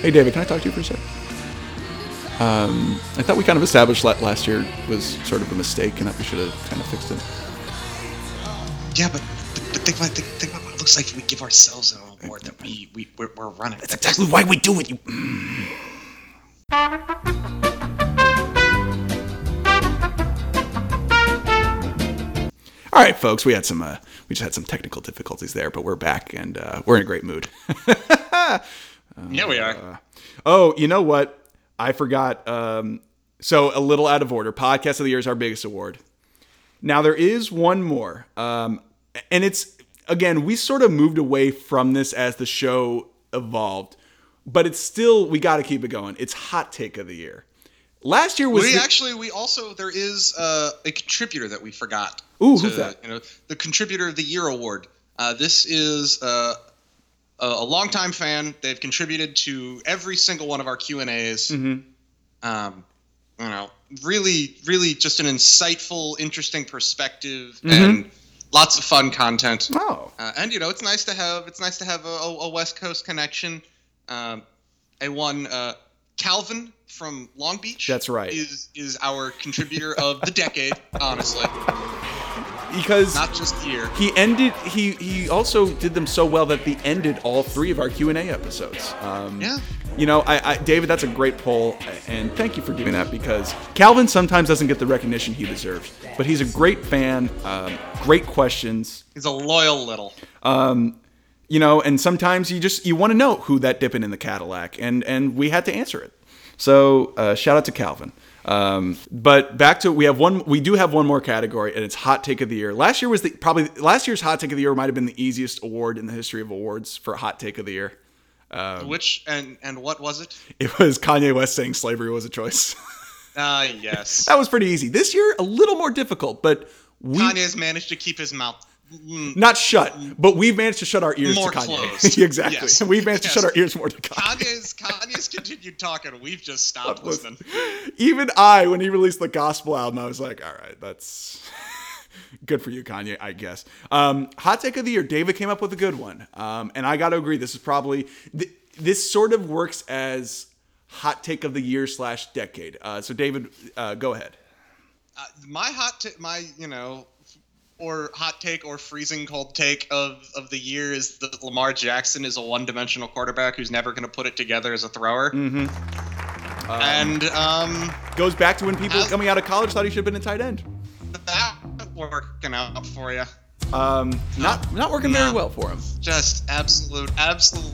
Hey, David, can I talk to you for a sec? Um, I thought we kind of established that last year was sort of a mistake, and that we should have kind of fixed it. yeah but but think about, think, think about what it looks like if we give ourselves an award that we, we, we're, we're running. That's exactly why we do it. You. All right, folks. We had some. Uh, we just had some technical difficulties there, but we're back and uh, we're in a great mood. Yeah, we are. oh, you know what? I forgot. Um, so a little out of order. Podcast of the year is our biggest award. Now there is one more, um, and it's again we sort of moved away from this as the show evolved, but it's still we got to keep it going. It's hot take of the year. Last year was we the- actually we also there is uh, a contributor that we forgot. Ooh, who's that? You know, the contributor of the year award. Uh, this is uh, a, a longtime fan. They've contributed to every single one of our Q and As. Mm-hmm. Um, you know, really, really just an insightful, interesting perspective Mm-hmm. and lots of fun content. oh Uh, and you know, it's nice to have it's nice to have a, a, a West Coast connection. Um, a one uh, Calvin from Long Beach. That's right. Is is our contributor of the decade, honestly, because not just year. he ended he he also did them so well that he ended all three of our q&a episodes um, Yeah. you know I, I david that's a great poll and thank you for doing that because calvin sometimes doesn't get the recognition he deserves but he's a great fan um, great questions He's a loyal little. you know and sometimes you just you want to know who that dipping in the cadillac and and we had to answer it so uh, shout out to calvin um, but back to we have one we do have one more category and it's hot take of the year last year was the probably last year's hot take of the year might have been the easiest award in the history of awards for hot take of the year Um, Which and and what was it? it was kanye west saying slavery was a choice Ah, yes. that was pretty easy this year a little more difficult but we Kanye's managed to keep his mouth. mm, not shut but we've managed to shut our ears More to kanye closed. exactly Yes. we've managed Yes. to shut our ears more to kanye Kanye's Kanye's continued talking. We've just stopped listening. even I, when he released the gospel album, I was like, all right, that's good for you, Kanye, I guess. Um, hot take of the year. David came up with a good one. Um, and I got to agree, this is probably, th- this sort of works as hot take of the year slash decade. Uh, so, David, uh, go ahead. uh, my hot t- my you know or hot take or freezing cold take of of the year is that Lamar Jackson is a one-dimensional quarterback who's never going to put it together as a thrower. Mm-hmm. and um, Goes back to when people As- coming out of college thought he should have been a tight end. that working out for you. Um, not not working very No. well for him. Just absolute, absolute,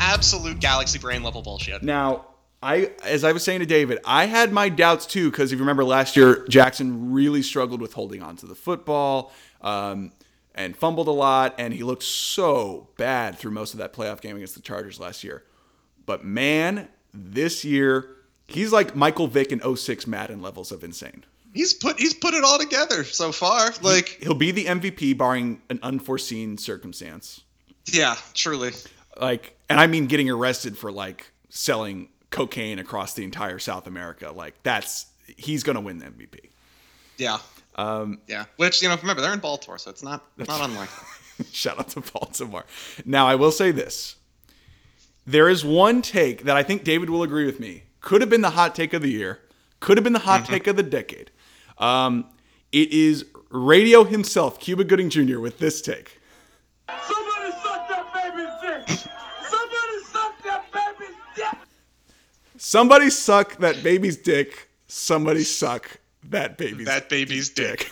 absolute galaxy brain level bullshit. Now, I as I was saying to David, I had my doubts too because if you remember last year, Jackson really struggled with holding on to the football um, and fumbled a lot, and he looked so bad through most of that playoff game against the Chargers last year. But man, this year he's like Michael Vick in 06 Madden levels of insane. He's put he's put it all together so far. Like, He'll be the MVP barring an unforeseen circumstance. yeah, truly. like and i mean getting arrested for like selling cocaine across the entire south america like that's he's gonna win the mvp Yeah. Um, yeah. Which, you know, remember, they're in Baltimore, so it's not not unlikely. shout out to baltimore now i will say this there is one take that i think david will agree with me could have been the hot take of the year could have been the hot take of the decade um, it is radio himself cuba gooding jr with this take Somebody suck that baby's dick. Somebody suck that baby's dick. somebody suck that baby's dick somebody suck that baby's That baby's dick.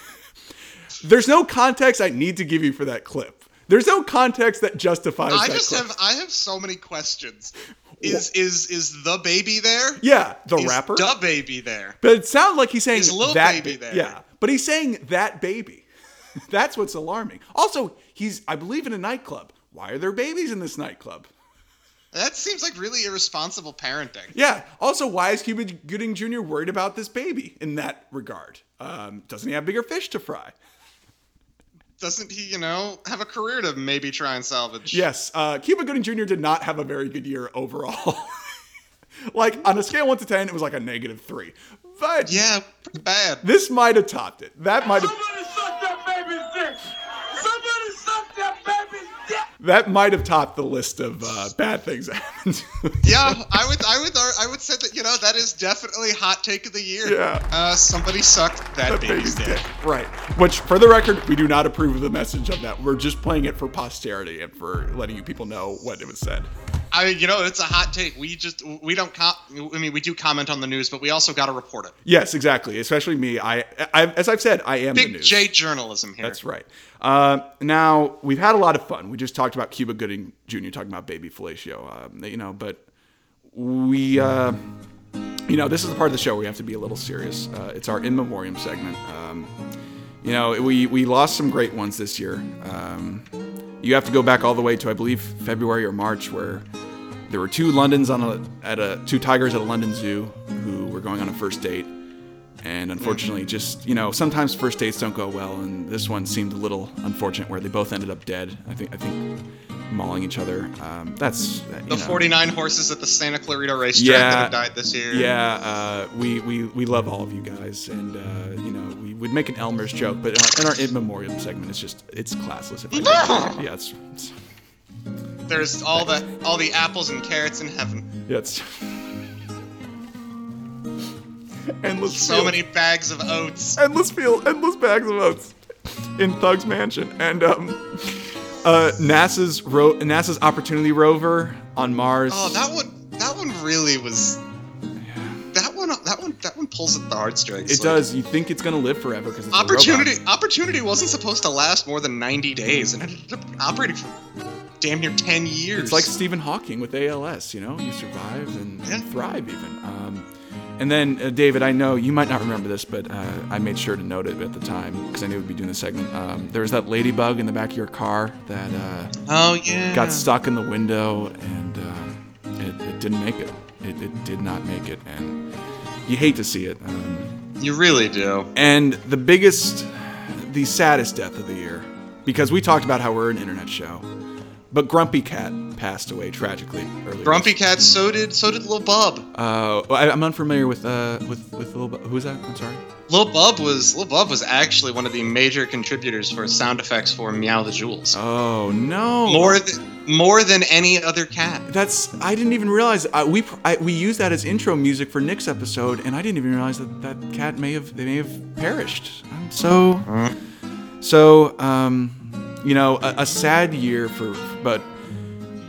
There's no context I need to give you for that clip. There's no context that justifies I that just clip. have I have so many questions. Is is is the baby there? Yeah, the Is rapper. Da baby there. But it sounds like he's saying Is Lil that Baby ba- there? Yeah, but he's saying that baby. That's what's alarming. Also, he's I believe in a nightclub. Why are there babies in this nightclub? That seems like really irresponsible parenting. Yeah. Also, why is Cuba Gooding Jr. worried about this baby in that regard? Um, doesn't he have bigger fish to fry? Doesn't he, you know, have a career to maybe try and salvage? Yes, uh, Cuba Gooding Jr. did not have a very good year overall. like on a scale of one to ten, it was like a negative three. But Yeah, pretty bad. this might have topped it. That might have Somebody suck that baby's dick. Somebody suck that baby's dick. that might have topped the list of uh, bad things that happened. Yeah, I would, I would, I would say that you know that is definitely hot take of the year. Yeah. Uh, somebody sucked that, That baby's baby's dick. dick. Right. Which, for the record, we do not approve of the message of that. We're just playing it for posterity and for letting you people know what it was said. I mean, you know, it's a hot take. We just we don't. Com- I mean, we do comment on the news, but we also got to report it. Yes, exactly. Especially me. I, I as I've said, I am the Big news. J journalism here. That's right. Uh, now we've had a lot of fun. We just talked about Cuba Gooding Jr. talking about Baby Felatio. Um, you know, but we, uh, you know, this is the part of the show where we have to be a little serious. Uh, it's our in memoriam segment. Um, you know, we we lost some great ones this year. Um, you have to go back all the way to I believe February or March, where there were two Londons on a at a two tigers at a London zoo who were going on a first date and unfortunately Mm. just you know sometimes first dates don't go well and this one seemed a little unfortunate where they both ended up dead i think i think mauling each other um, that's uh, you The know. 49 horses at the Santa Clarita racetrack that yeah have died this year. yeah uh, we, we we love all of you guys and uh, you know we would make an elmer's joke but in our, in our in memoriam segment it's just it's classless if I did. yeah it's, it's There's all the all the apples and carrots in heaven. yeah it's endless So field. many bags of oats. endless field, endless bags of oats in Thug's Mansion, and um, uh, NASA's ro- NASA's Opportunity rover on Mars. Oh, that one that one really was. That one that one that one pulls at the heartstrings. it Like, does. You think it's gonna live forever because it's Opportunity A robot. opportunity wasn't supposed to last more than 90 days, and it ended up operating for damn near 10 years. It's like Stephen Hawking with ALS. You know, you survive and, and Yeah. thrive even. Um, and then uh, David, I know you might not remember this, but uh, I made sure to note it at the time because I knew we'd be doing this segment. Um, there was that ladybug in the back of your car that uh, oh yeah. got stuck in the window and um, it, it didn't make it. it. It did not make it, and you hate to see it. Um, You really do. and the biggest, the saddest death of the year, because we talked about how we're an internet show, but Grumpy Cat passed away tragically earlier. Grumpy Cat. So did so did Lil Bub. Uh, I, am unfamiliar with uh with with little. Bu- Who is that? I'm sorry. Lil Bub was Lil Bub was actually one of the major contributors for sound effects for Meow the Jewels. Oh no. more th- more than any other cat. That's I didn't even realize I, we pr- I, we used that as intro music for Nick's episode, and I didn't even realize that that cat may have they may have perished. I'm so so um, you know a, a sad year for but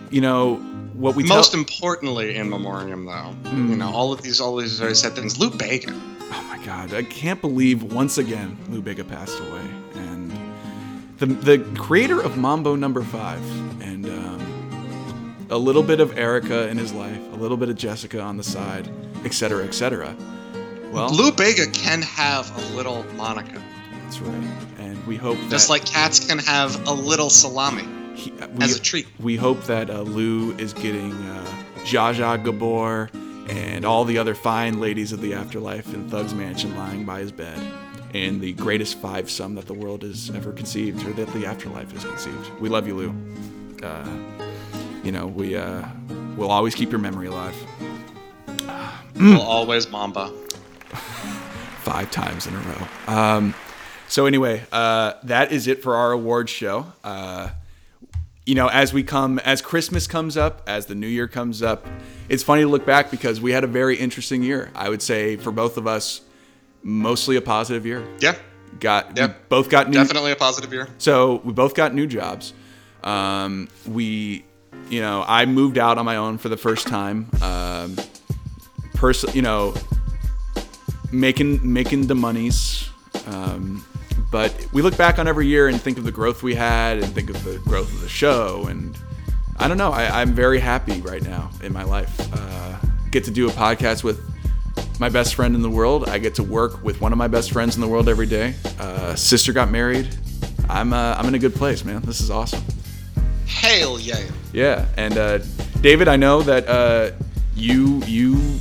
you know what we Most tell, Hmm. importantly, in memoriam, though, you know, all of these, all these very sad things. Lou Bega. oh my god I can't believe once again Lou Bega passed away and the the creator of Mambo Number Five and um, a little bit of Erica in his life, a little bit of Jessica on the side, etc. Cetera, etc. Well, Lou Bega can have a little Monica, That's right. And we hope that Hmm. just like cats can have a little salami. he- uh, as a treat. We hope that uh, Lou is getting uh, Zsa Zsa Gabor and all the other fine ladies of the afterlife in Thug's mansion, lying by his bed, in the greatest five sum that the world has ever conceived, or that the afterlife has conceived. We love you, Lou. Uh, you know we uh, will always keep your memory alive. Will always Mamba. five times in a row. Um, so anyway, uh, that is it for our awards show. Uh, you know, as we come, as Christmas comes up, as the new year comes up, it's funny to look back because we had a very interesting year. I would say for both of us, mostly a positive year. Yeah, Got we Yep. both got new definitely a positive year. so we both got new jobs. Um, we, you know, I moved out on my own for the first time. Um, pers- you know, making making the monies. Um, but we look back on every year and think of the growth we had, and think of the growth of the show, and I don't know. I, I'm very happy right now in my life. Uh, get to do a podcast with my best friend in the world. I get to work with one of my best friends in the world every day. Uh, sister got married. I'm uh, I'm in a good place, man. This is awesome. Hail yeah. Yeah, and uh, David, I know that uh, you you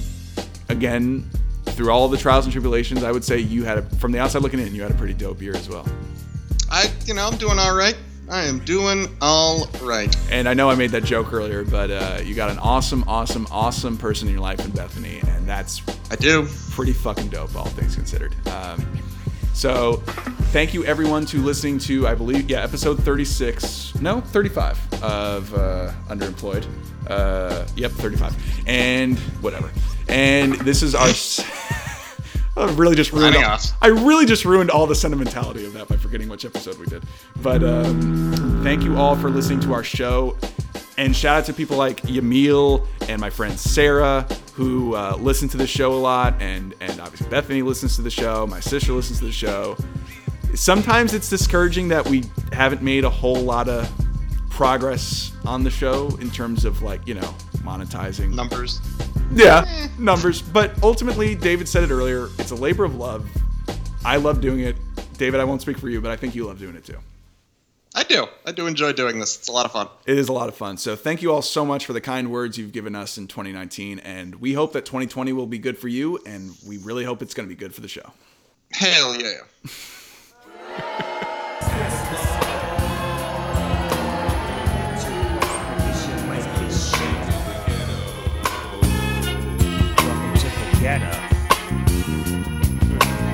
again through all the trials and tribulations, I would say you had a, from the outside looking in, you had a pretty dope year as well. I you know I'm doing all right. I am doing all right. And I know I made that joke earlier, but uh, you got an awesome, awesome, awesome person in your life in Bethany, and that's I do. pretty fucking dope, all things considered. Um, so, thank you everyone to listening to, I believe, yeah, episode 36, no, 35 of uh, Underemployed. Uh, yep, 35. And whatever. And this is our. s- I really just ruined. Signing All, off. I really just ruined all the sentimentality of that by forgetting which episode we did. But um, thank you all for listening to our show, and shout out to people like Yamil and my friend Sarah who uh, listen to the show a lot, and and obviously Bethany listens to the show. My sister listens to the show. Sometimes it's discouraging that we haven't made a whole lot of progress on the show in terms of like you know monetizing Numbers. yeah, numbers. But ultimately, David said it earlier. It's a labor of love. I love doing it. David, I won't speak for you, but I think you love doing it too. I do. I do enjoy doing this. It's a lot of fun. It is a lot of fun. So thank you all so much for the kind words you've given us in 2019, and we hope that 2020 will be good for you, and we really hope it's going to be good for the show. Hell yeah. Welcome to the ghetto.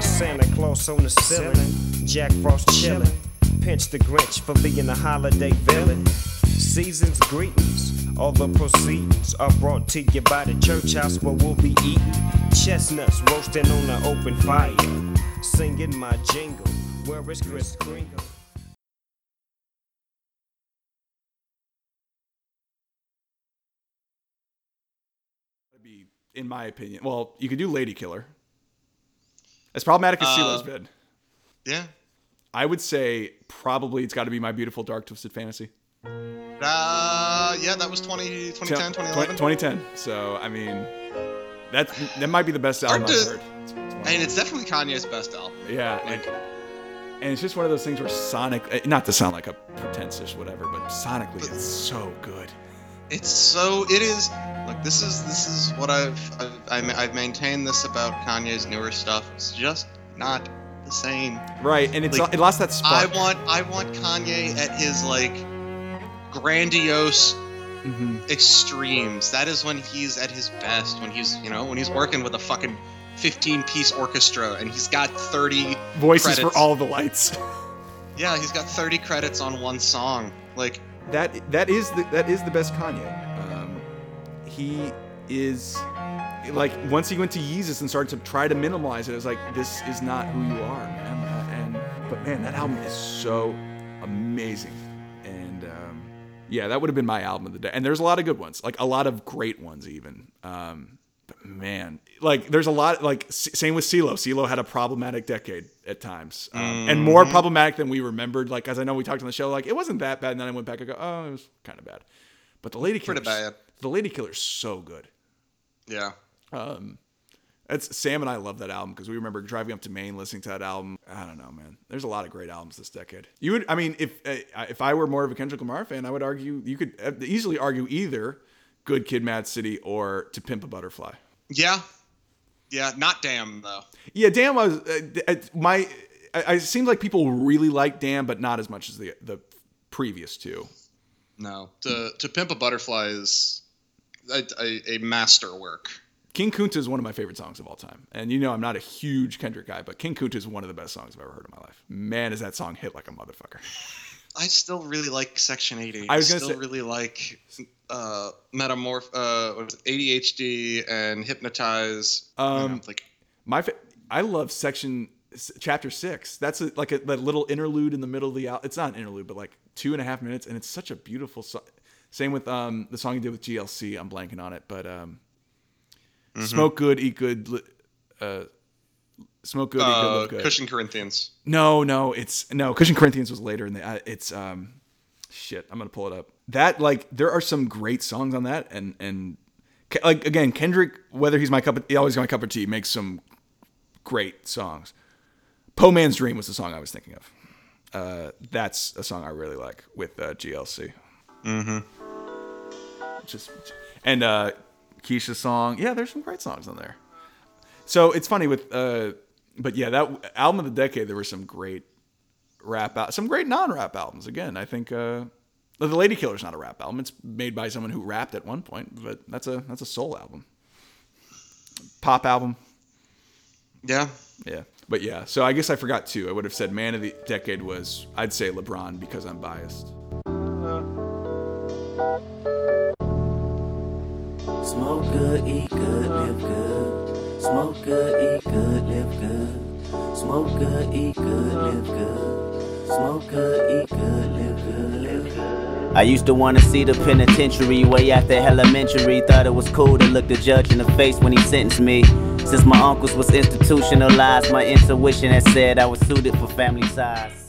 Santa Claus on the ceiling, Jack Frost chilling. Pinch the Grinch for being a holiday villain. Season's greetings, all the proceedings are brought to you by the church house where we'll be eating chestnuts roasting on the open fire. Singing my jingle, where is Chris Kringle? That'd be, in my opinion, well, you could do Lady Killer. As problematic as CeeLo's been, Yeah. I would say probably it's got to be My Beautiful Dark Twisted Fantasy. Uh, yeah, that was 20, 2010, 2011. 2010. So I mean, that that might be the best album to- I've heard. It's- it's one I mean, it's definitely Kanye's best album. of- yeah, and, Like, and it's just one of those things where Sonic, eh, not to sound like a pretentious whatever, but sonically it's so good. it's so it is. Look, this is this is what I've I've, I'm- I've maintained this about Kanye's newer stuff. It's just not the same. Right, and it's Like, it lost that I spark. want I want Kanye at his like grandiose Mm-hmm. extremes. That is when he's at his best. When he's you know when he's working with a fucking 15 piece orchestra and he's got 30 voices credits. for all the lights. Yeah, he's got 30 credits on one song. Like that that is the that is the best Kanye. Um, he is like once he went to Yeezus and started to try to minimalize it, it was like this is not who you are, man. Uh, and but man, that album is so amazing. And um, yeah, that would have been my album of the day. And there's a lot of good ones, like a lot of great ones even. Um, but man, like there's a lot. Like s- same with CeeLo. CeeLo had a problematic decade at times, um, and Mm-hmm. more problematic than we remembered. Like as I know we talked on the show, like it wasn't that bad. And then I went back and go, oh, it was kind of bad. But the Lady Killer, Pretty bad. the Lady Killer's so good. yeah. That's Sam and I love that album because we remember driving up to Maine listening to that album. I don't know, man. There's a lot of great albums this decade. You would, I mean, if uh, if I were more of a Kendrick Lamar fan, I would argue you could uh, easily argue either Good Kid, Mad City, or To Pimp a Butterfly. Yeah. Yeah, not damn though. Yeah, damn. I was uh, d- uh, my. I, I it seemed like people really liked damn, but not as much as the the previous two. No. To to pimp a butterfly is a, a, a masterwork. King Kunta is one of my favorite songs of all time, and you know I'm not a huge Kendrick guy, but King Kunta is one of the best songs I've ever heard in my life. Man, is that song hit like a motherfucker. I still really like Section 80. I was gonna still say- really like uh, Metamorph, uh, what was it, ADHD and Hypnotize. Um, like My fa- I love section s- chapter six. That's a, like a that little interlude in the middle of the album. It's not an interlude, but like two and a half minutes, and it's such a beautiful song. Same with um the song you did with GLC. I'm blanking on it, but um, smoke good, eat good, li- uh, smoke good, eat good, uh, live good. Cushion Corinthians. No, no, it's no. Cushion Corinthians was later in the. Uh, it's um, Shit, I'm gonna pull it up. That like there are some great songs on that, and and Ke- like again, Kendrick, whether he's my cup, of, he always my cup of tea, makes some great songs. Poe Man's Dream was the song I was thinking of. Uh, that's a song I really like with uh, GLC. Mm-hmm. Just and uh, Keisha's song, yeah, there's some great songs on there. So it's funny with, uh, but yeah, that album of the decade, there were some great rap out some great non-rap albums again i think uh the lady killer's not a rap album it's made by someone who rapped at one point but that's a that's a soul album pop album Yeah. yeah but yeah so i guess i forgot too i would have said man of the decade was i'd say lebron because i'm biased Smoke good, eat good, live good. Smoke good, eat good, live good. Smoke good, eat good, live good. Smoke good, eat good, live good, live good. I used to wanna see the penitentiary way after elementary. Thought it was cool to look the judge in the face when he sentenced me. Since my uncles was institutionalized, my intuition had said I was suited for family size.